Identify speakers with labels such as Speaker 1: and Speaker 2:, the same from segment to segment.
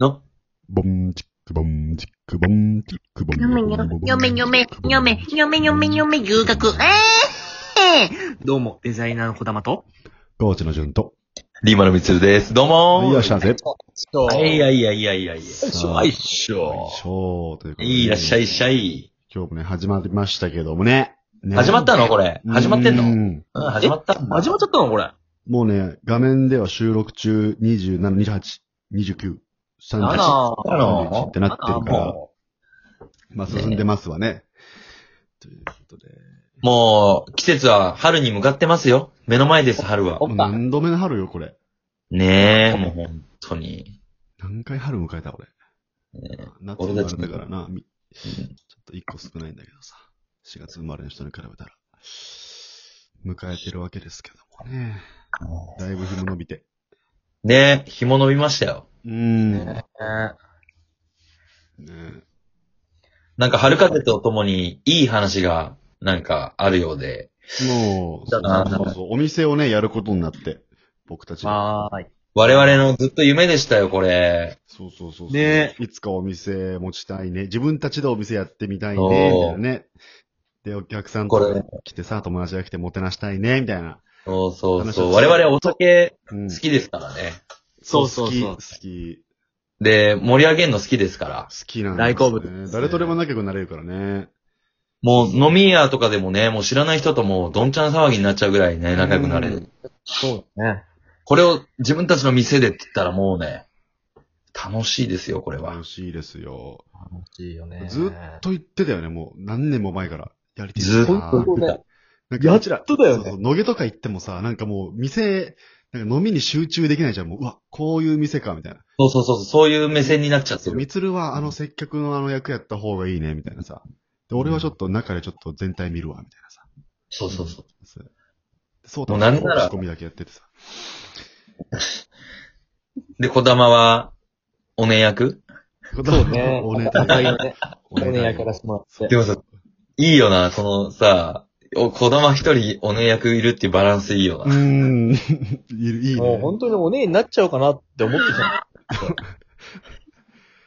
Speaker 1: No.
Speaker 2: ボンチックボンチックボンチックボン。
Speaker 3: 嫁にょ
Speaker 2: ボン
Speaker 3: 嫁嫁嫁嫁嫁嫁牛角。ええ
Speaker 4: どうも、デザイナーの小玉と、
Speaker 2: コーチの順と。
Speaker 1: リーマのみつるです。どう
Speaker 2: はい、い
Speaker 1: も
Speaker 2: らっしゃいませ。
Speaker 1: ーい
Speaker 5: い
Speaker 1: やいやいやいやいや。い
Speaker 2: さ
Speaker 1: ょ
Speaker 2: あ
Speaker 1: いしょ。
Speaker 2: ショーということで。
Speaker 1: いらっしゃいいらっしゃ
Speaker 2: い。
Speaker 1: い。
Speaker 2: 今日もね、始まりましたけどもね。ね
Speaker 1: 始まったのこれ。始まってんの
Speaker 2: う
Speaker 1: うん、
Speaker 2: ん
Speaker 1: 始まったんだ
Speaker 4: 始まっちゃったのこれ。
Speaker 2: もうね、画面では収録中27、28、29、
Speaker 4: なな
Speaker 2: 38、
Speaker 1: あ
Speaker 2: 31
Speaker 1: の
Speaker 2: ってなってるから、
Speaker 1: も
Speaker 2: まあ進んでますわね。ということで。
Speaker 1: う、もう季節は春に向かってますよ。目の前です、春は
Speaker 4: お。っ
Speaker 2: もう
Speaker 4: ぱ
Speaker 2: 何度目の春よ、これ。
Speaker 1: ねえ、もう本当に。
Speaker 2: 何回春迎えた、俺。夏生まれたからな。みちょっと一個少ないんだけどさ。4月生まれの人に比べたら。迎えてるわけですけどもね。だいぶ日も伸びて。
Speaker 1: ねえ、日も伸びましたよ。
Speaker 2: うーん。ね
Speaker 4: ね
Speaker 1: なんか春風とともにいい話がなんかあるようで。
Speaker 2: もう、そ
Speaker 1: だ
Speaker 2: う
Speaker 1: な
Speaker 2: そうそう。お店をね、やることになって。僕たちが。
Speaker 4: はーい。
Speaker 1: 我々のずっと夢でしたよ、これ。
Speaker 2: そうそうそうそう。
Speaker 4: ね
Speaker 2: いつかお店持ちたいね。自分たちでお店やってみたいね。みたいなね。で、お客さん
Speaker 1: これ
Speaker 2: と来てさ、友達が来てもてなしたいね、みたいな。
Speaker 1: そうそうそう。
Speaker 2: 話を
Speaker 1: 我々お酒
Speaker 2: うん
Speaker 1: 好きですからね。
Speaker 4: そうそうそ
Speaker 2: 好
Speaker 4: う
Speaker 2: き、
Speaker 1: で、盛り上げるの好きですから
Speaker 2: 好。き、好きなん
Speaker 4: 大好物
Speaker 2: ですね
Speaker 4: ですね
Speaker 2: 誰とでも仲良くなれるからね。
Speaker 1: もう飲み屋とかでもね、もう知らない人ともうどんちゃん騒ぎになっちゃうぐらいね、仲良くなれ
Speaker 2: う
Speaker 1: る。
Speaker 4: そうだね。
Speaker 1: これを自分たちの店でって言ったらもうね、楽しいですよ、これは
Speaker 2: 楽。しいですよ。
Speaker 4: 楽しいよね。
Speaker 2: ずっと言ってたよね、もう何年も前から。やりてえな
Speaker 1: ずっと
Speaker 2: なんか
Speaker 4: そうだよ
Speaker 2: なん
Speaker 4: や
Speaker 2: か
Speaker 4: っとだよ
Speaker 2: そうそ
Speaker 4: ね。
Speaker 2: う野毛とか行ってもさ、なんかもう店、なんか飲みに集中できないじゃん。もう、うわ、こういう店か、みたいな。
Speaker 1: そうそうそう、そういう目線になっちゃって
Speaker 2: そう、
Speaker 1: る。
Speaker 2: みつるはあの接客のあの役やった方がいいね、みたいなさ。で、俺はちょっと中でちょっと全体見るわ、みたいなさ。
Speaker 1: そうそうそう。
Speaker 2: そう。そう
Speaker 1: もうなんなら
Speaker 2: 仕込みだけやっててさ。
Speaker 1: で、小玉は、おね役
Speaker 4: そうね。
Speaker 2: おね
Speaker 4: お互いのね。
Speaker 2: お
Speaker 4: おねや
Speaker 2: ね
Speaker 4: からしてもらっ
Speaker 1: で
Speaker 4: て。
Speaker 1: もさ、いいよな、そのさ、お小玉一人おね役いるっていうバランスいいよ
Speaker 2: うー
Speaker 1: な。
Speaker 2: ん。い るいい
Speaker 4: もう
Speaker 2: ね。
Speaker 4: 本当におねえになっちゃうかなって思ってた。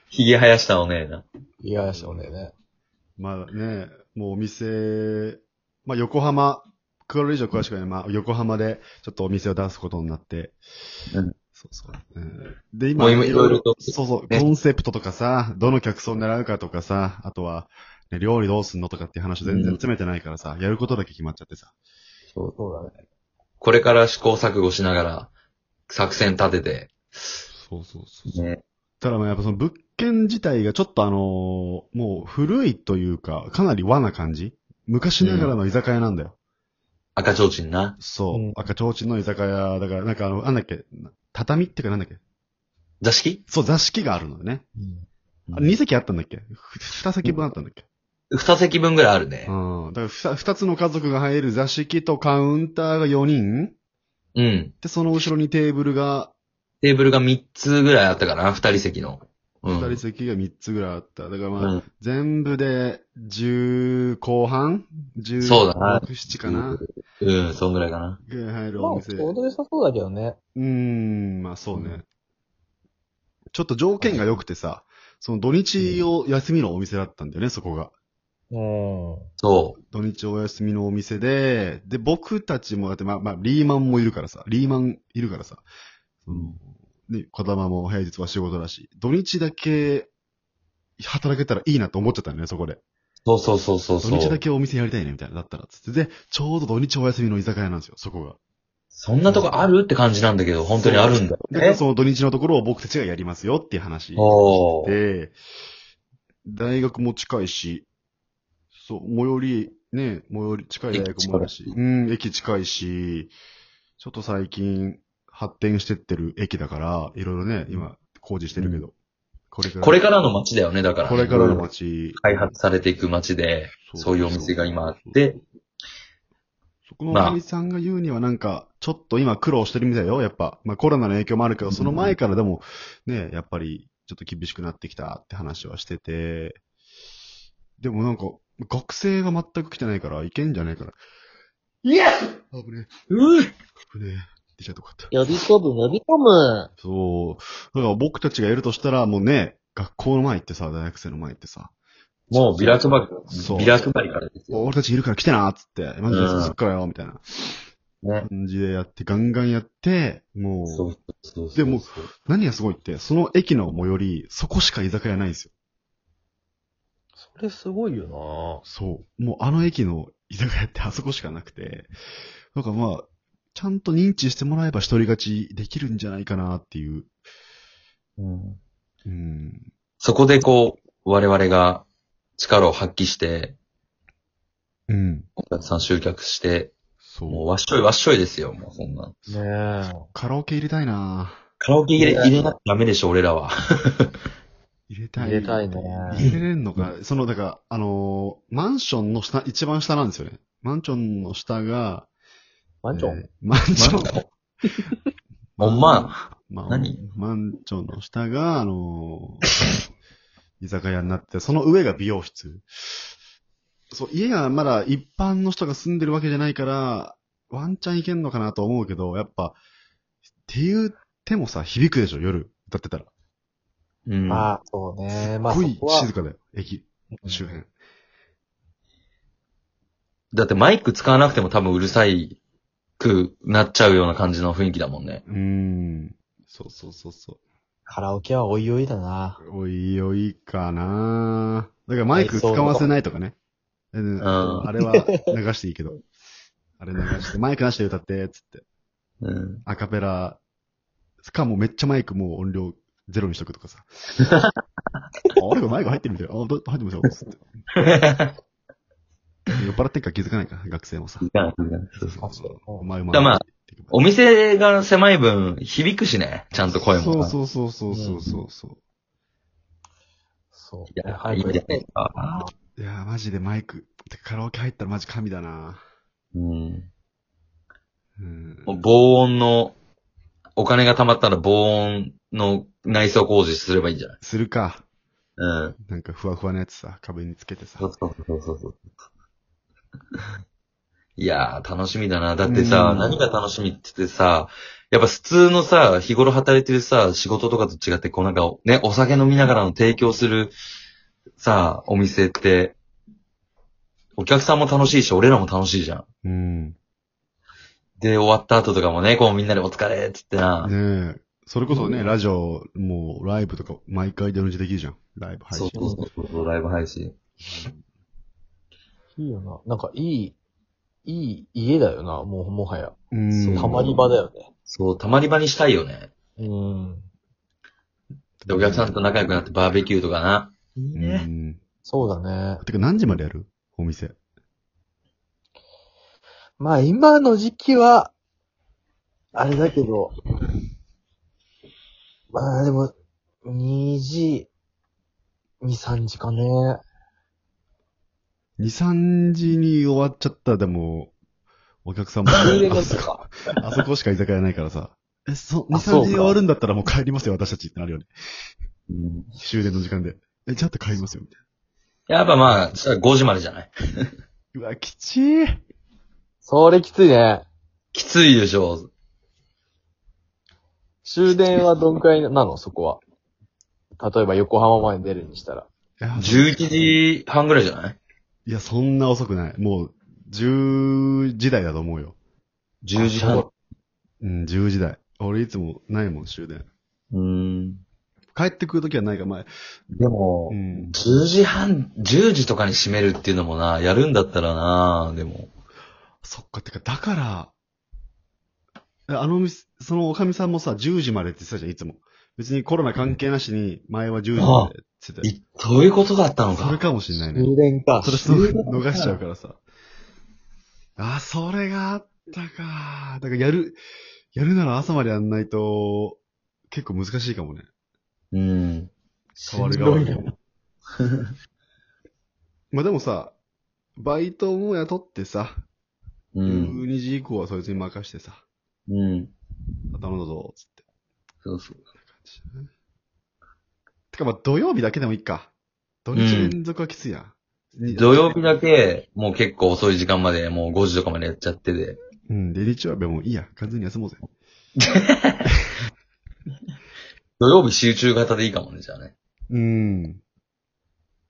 Speaker 1: ひげ生やしたおねえな。
Speaker 4: いや、そうだよね。
Speaker 2: まあね、もうお店、まあ横浜、これ以上詳しくはない、まあ横浜でちょっとお店を出すことになって。
Speaker 1: うん
Speaker 2: そうそう。うんで、
Speaker 1: も
Speaker 2: 今、
Speaker 1: う今いろいろと
Speaker 2: そうそう、
Speaker 1: ね
Speaker 2: コンセプトとかさ、どの客層狙うかとかさ、あとは、ね、料理どうすんのとかっていう話全然詰めてないからさ、やることだけ決まっちゃってさ。
Speaker 4: そうだね。
Speaker 1: これから試行錯誤しながら、作戦立て
Speaker 2: そうそうそ
Speaker 1: て。ね。
Speaker 2: ただまあやっぱその物件自体がちょっとあのーもう古いというか、かなり和な感じ昔ながらの居酒屋なんだよ。
Speaker 1: 赤ちょうちんな。
Speaker 2: そう。
Speaker 4: うん
Speaker 2: 赤ちょうちんの居酒屋、だから、なんかあの、なんだっけ、な畳っていうかなんだっけ。
Speaker 1: 座敷
Speaker 2: そう、座敷があるのよね。あ二席あったんだっけふ二席分あったんだっけ、
Speaker 1: 二席分ぐらいあるね
Speaker 2: う。ん、だからふた二つの家族が入る座敷とカウンターが四人
Speaker 1: うん。
Speaker 2: で、その後ろにテーブルが、
Speaker 1: テーブルが三つぐらいあったかな、二人席の。う
Speaker 2: 二
Speaker 1: ん。
Speaker 2: 人席が三つぐらいあった。だからまあ、
Speaker 1: うん。
Speaker 2: 全部で、十後半十
Speaker 1: そうだな
Speaker 2: 六、七かな
Speaker 1: うん、そんぐらいかな。
Speaker 2: ぐらい入るお
Speaker 4: まあ、
Speaker 2: 店。
Speaker 4: ちょうど良さそうだけどね。
Speaker 2: うーん、まあそうね。ちょっと条件が良くてさ、その土日を休みのお店だったんだよね、そこが。
Speaker 4: うん。
Speaker 1: そう。
Speaker 2: 土日お休みのお店で、で、僕たちもだって、まあ、まあ、リーマンもいるからさ、リーマンいるからさ、その、ね、子玉も平日は仕事だし、土日だけ働けたらいいなと思っちゃったんだよね、そこで。
Speaker 1: そうそうそうそう
Speaker 2: 土
Speaker 1: そう。
Speaker 2: 日だけお店やりたいね、みたいな、だったら、つって。で、ちょうど土日お休みの居酒屋なんですよ、そこが。
Speaker 1: そんなとこあるって感じなんだけど、本当にあるんだよ
Speaker 2: だから
Speaker 1: ね。
Speaker 2: その土日のところを僕たちがやりますよっていう話。
Speaker 1: おー。
Speaker 2: で、大学も近いし、そう、最寄り、ね、最寄り近い大学もあるし、うん、駅近いし、ちょっと最近発展してってる駅だから、いろいろね、今、工事してるけど、これから、
Speaker 1: これからの街だよね、だから。
Speaker 2: これからの。街、
Speaker 1: 開発されていく街で、そういうお店が今あって、
Speaker 2: そこの
Speaker 1: まあ
Speaker 2: おかみさんが言うにはなんか、ちょっと今苦労してるみたいよ、やっぱ。まあコロナの影響もあるけど、その前からでも、ね、やっぱり、ちょっと厳しくなってきたって話はしてて、でもなんか、学生が全く来てないから、いけんじゃないから。いや危ねえ。
Speaker 1: うぅ
Speaker 2: 危ねえ。って言っちゃいとかった。
Speaker 3: 呼び込む、呼び込む。
Speaker 2: そう。だから僕たちがやるとしたら、もうね、学校の前行ってさ、大学生の前行ってさ、
Speaker 1: もうビラ配り
Speaker 2: そう、
Speaker 1: ビラ配りからですよ。
Speaker 2: 俺たちいるから来てなーっつって、マジで
Speaker 1: うん
Speaker 2: そっからよ、みたいな
Speaker 1: ね。
Speaker 2: 感じでやって、ガンガンやって、も、
Speaker 1: そううそうそう。
Speaker 2: でも、何がすごいって、その駅の最寄り、そこしか居酒屋ないんですよ。
Speaker 4: それすごいよ
Speaker 2: そう。もうあの駅の居酒屋ってあそこしかなくて、だからまあ、ちゃんと認知してもらえば一人勝ちできるんじゃないかなっていう。
Speaker 4: なうん。
Speaker 2: うん。
Speaker 1: そこでこう、我々が力を発揮して、
Speaker 2: うん。
Speaker 1: お客さん集客して、もう
Speaker 2: そう。
Speaker 1: わっしょいわっしょいですよ、もうそんな。
Speaker 4: ねえ。
Speaker 2: カラオケ入れたいな
Speaker 1: カラオケ入れ入れなきゃダメでしょ、俺らは。
Speaker 2: 入れたい。
Speaker 4: 入れたいね
Speaker 2: 入れれんのか。その、だから、あのーマンションの下、一番下なんですよね。マンションの下が、
Speaker 4: マンチョ
Speaker 2: え
Speaker 4: ン
Speaker 2: ーマンション。
Speaker 1: ほんま、
Speaker 2: まあ
Speaker 1: 何
Speaker 2: マンションの下が、あのー 居酒屋になって、その上が美容室。そう、家がまだ一般の人が住んでるわけじゃないから、ワンチャンいけんのかなと思うけど、やっぱ、っていう手もさ、響くでしょ、夜。歌ってたら。
Speaker 1: うん。
Speaker 4: まあ、そうね。まあ、
Speaker 2: す
Speaker 4: そ
Speaker 2: ごい
Speaker 4: こは
Speaker 2: 静かだよ、駅周辺。
Speaker 1: だってマイク使わなくても多分うるさいくなっちゃうような感じの雰囲気だもんね。
Speaker 2: うーん。そうそうそうそ
Speaker 4: カラオケはおいおいだな。
Speaker 2: う。おいおいかなだからマイク使わせないとかね。うん
Speaker 1: ん
Speaker 2: あれは流していい けど。あれ流して、マイクなしで歌って、つって。
Speaker 1: うん。
Speaker 2: アカペラ。しかもめっちゃマイクもう音量ゼロにしとくと かさ。あれマイク入ってるみたい。あ、ど入ってま すよ。つって。酔っ払ってっから気づかないから、学生もさ。
Speaker 1: そうそう
Speaker 2: そうそう。うまいうまい。
Speaker 1: だからまあお店が狭い分、響くしね。ちゃんと声も。
Speaker 2: そうそうそうそうそうそう。
Speaker 4: そう。
Speaker 1: いや、いいじゃないですか。
Speaker 2: いやー、マジでマイク。てかカラオケ入ったらマジ神だな
Speaker 1: うん。
Speaker 2: うん。
Speaker 1: もう防音の、お金が貯まったら防音の内装工事すればいいんじゃない
Speaker 2: するか。
Speaker 1: うん。
Speaker 2: なんかふわふわのやつさ、壁につけてさ。
Speaker 1: うそうそうそう。 いやー、楽しみだな。だってさ
Speaker 2: う、ん
Speaker 1: 何が楽しみって言ってさ、やっぱ普通のさ、日頃働いてるさ、仕事とかと違って、こうなんか、ね、お酒飲みながらの提供する、さ、お店って、お客さんも楽しいし、俺らも楽しいじゃん。
Speaker 2: うん。ね
Speaker 1: で、終わった後とかもね、こうみんなでお疲れっつってな。
Speaker 2: え。それこそね、ラジオ、もうライブとか毎回で同時できるじゃん。ライブ配
Speaker 1: そ
Speaker 2: 信
Speaker 1: う。そうそうそう、ライブ配信。
Speaker 4: いいよな。なんか、いい、いい家だよな。もう、もはや。
Speaker 2: うん。
Speaker 4: たまり場だよね。
Speaker 1: そう、たまり場にしたいよね。
Speaker 4: うん。
Speaker 1: で、お客さんと仲良くなってバーベキューとかな。いい
Speaker 2: ね。う。ん。
Speaker 4: そうだね。
Speaker 2: てか何時までやるお店。
Speaker 4: まあ、今の時期は、あれだけど、まあ、でも、2時、2、3時かね。
Speaker 2: 2、3時に終わっちゃったらでも、お客さんも、あそこ
Speaker 4: か。
Speaker 2: あそこ しか居酒屋ないからさ。え、そ、2、3
Speaker 4: あそうか
Speaker 2: 時に終わるんだったらもう帰りますよ、私たちってなるよね。
Speaker 1: うん
Speaker 2: 終電の時間で。え、ちょっと帰りますよ、みたい
Speaker 1: やっぱまあ、そしたら5時までじゃない
Speaker 2: な。うわ、きちー。
Speaker 4: それきついね。
Speaker 1: きついでしょ。
Speaker 4: 終電はどんくらいなのそこは。例えば横浜まで出るにしたら。
Speaker 2: いや
Speaker 1: 11時半ぐらいじゃない
Speaker 2: いや、そんな遅くない。もう、10時台だと思うよ。
Speaker 1: ?10 時半。
Speaker 2: うん、10時台。俺いつもないもん、終電。
Speaker 1: うん。
Speaker 2: 帰ってくるときはないか、前。
Speaker 1: でも
Speaker 2: う、ん。
Speaker 1: 10時半、10時とかに閉めるっていうのもな、やるんだったらな、でも。
Speaker 2: そっか、てか、だから、あの店、そのおかみさんもさ、10時までって言ってたじゃん、いつも。別にコロナ関係なしに、前は10時までって言って
Speaker 1: いそういうことだったの
Speaker 2: た。それ
Speaker 1: か。
Speaker 2: かもしんないね。
Speaker 4: 終電か。
Speaker 2: それその 逃しちゃうからさ。あ、それがあったか。だからやる、やるなら朝までやんないと、結構難しいかもね。
Speaker 1: うん。
Speaker 2: 変わる側でも。 まあでもさ、バイトも雇ってさ、
Speaker 1: うん。
Speaker 2: 12時以降はそいつに任してさ、
Speaker 1: うん。
Speaker 2: あ頼んだぞ、つって
Speaker 1: そうそう。
Speaker 2: 感じだね。てかまあ土曜日だけでもいいか。土日連続はきついな。に
Speaker 1: 土曜日だけ、もう結構遅い時間まで、もう5時とかまでやっちゃってて。
Speaker 2: うん、で日曜日はもういいや、完全に休もうぜ。
Speaker 1: 土曜日集中型でいいかもね、じゃあね。
Speaker 2: うん。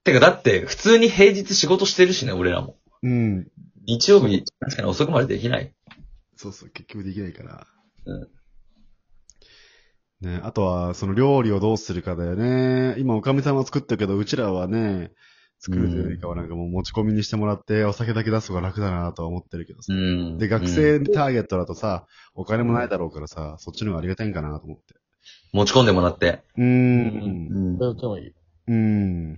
Speaker 1: てか、だって、普通に平日仕事してるしね、俺らも。
Speaker 2: うん。
Speaker 1: 日曜日、確かに遅くまでできない。
Speaker 2: そうそう、結局できないから。
Speaker 1: うん
Speaker 2: ね、あとは、その料理をどうするかだよね。今、おかみさんは作ったけど、うちらはね、作るというよりかはなんかもう持ち込みにしてもらって、お酒だけ出す方が楽だなとは思ってるけどさ。
Speaker 1: ん
Speaker 2: で、学生ターゲットだとさ、お金もないだろうからさ、そっちの方がありがたいんかなと思って。
Speaker 1: 持ち込んでもらって。
Speaker 2: うーん。
Speaker 1: ん
Speaker 4: それでもいい。
Speaker 2: うん。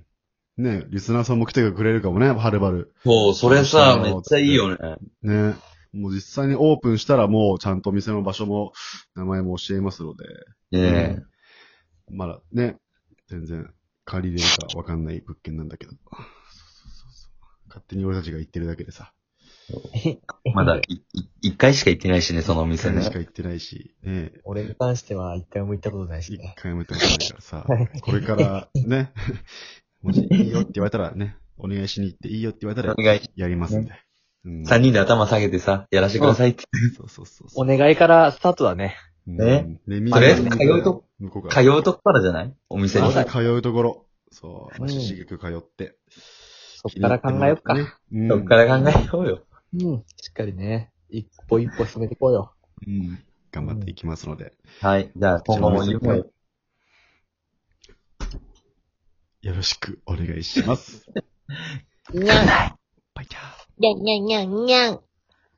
Speaker 2: ね、リスナーさんも来てくれるかもね、はるばる。
Speaker 1: そう、それさ、めっちゃいいよね。
Speaker 2: ね。もう実際にオープンしたらもうちゃんと店の場所も名前も教えますので、
Speaker 1: ねえ。
Speaker 2: まだね、全然借りれるかわかんない物件なんだけど。そうそうそう勝手に俺たちが行ってるだけでさ、
Speaker 1: まだい、い一回しか行ってないしね、そのお店
Speaker 2: 一回
Speaker 1: ね
Speaker 2: し。か行ってないし、ね、
Speaker 5: 俺に関しては一回も行ったことないし
Speaker 2: 一
Speaker 5: ね。
Speaker 2: 回も行ったことないからさ、これからね、 もしいいよって言われたらね、お願いしに行っていいよって言われた
Speaker 1: お
Speaker 2: ら
Speaker 1: 願い。
Speaker 2: やりますんで。うん
Speaker 1: 三人で頭下げてさ、やらせてくださいって。
Speaker 2: そうそうそうそ
Speaker 5: お
Speaker 2: う。
Speaker 5: 願いからスタートだね。
Speaker 2: うん
Speaker 1: ね。
Speaker 2: で、みん
Speaker 1: あ
Speaker 2: な
Speaker 1: れ
Speaker 2: 向こ
Speaker 1: 通うと
Speaker 2: 向こうから
Speaker 1: 通うとこからじゃないお店に
Speaker 2: ま
Speaker 5: そうだ
Speaker 2: ず通うところ。そう。
Speaker 5: うん
Speaker 2: 足しげく通って。
Speaker 5: そっから考えようか。
Speaker 2: ね。うん
Speaker 1: そっから考えようよ。
Speaker 5: うん。しっかりね、一歩一歩進めていこうよ。
Speaker 2: うん頑張っていきますので。
Speaker 1: はい。じゃあ、今後も
Speaker 2: よ
Speaker 1: 夢を
Speaker 2: ろしくお願いします。
Speaker 3: にゃん、
Speaker 2: バイチャー。
Speaker 3: にゃんにゃんにゃんにゃん。